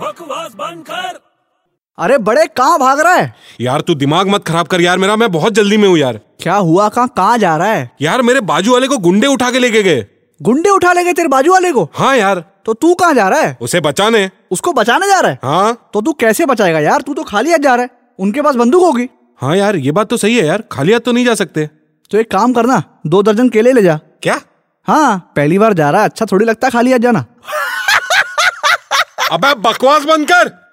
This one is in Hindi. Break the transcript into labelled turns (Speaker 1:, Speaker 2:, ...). Speaker 1: बकवास बंद कर
Speaker 2: अरे बड़े कहाँ भाग रहा है
Speaker 3: यार तू दिमाग मत खराब कर यार मेरा मैं बहुत जल्दी में हूँ यार
Speaker 2: क्या हुआ कहाँ कहाँ जा रहा है
Speaker 3: यार मेरे बाजू वाले को गुंडे उठा के लेके गए
Speaker 2: गुंडे उठा ले गए तेरे बाजू वाले को
Speaker 3: हाँ यार
Speaker 2: तो तू कहाँ जा रहा है
Speaker 3: उसे बचाने
Speaker 2: उसको बचाने जा रहा है
Speaker 3: हाँ
Speaker 2: तो तू कैसे बचाएगा यार तू तो खाली हाथ जा रहा है उनके पास बंदूक होगी
Speaker 3: हाँ यार ये बात तो सही है यार खाली हाथ तो नहीं जा सकते
Speaker 2: तो एक काम करना दो दर्जन केले ले जा
Speaker 3: क्या
Speaker 2: हाँ पहली बार जा रहा है अच्छा थोड़ी लगता है खाली हाथ जाना
Speaker 3: अबे बकवास बंद कर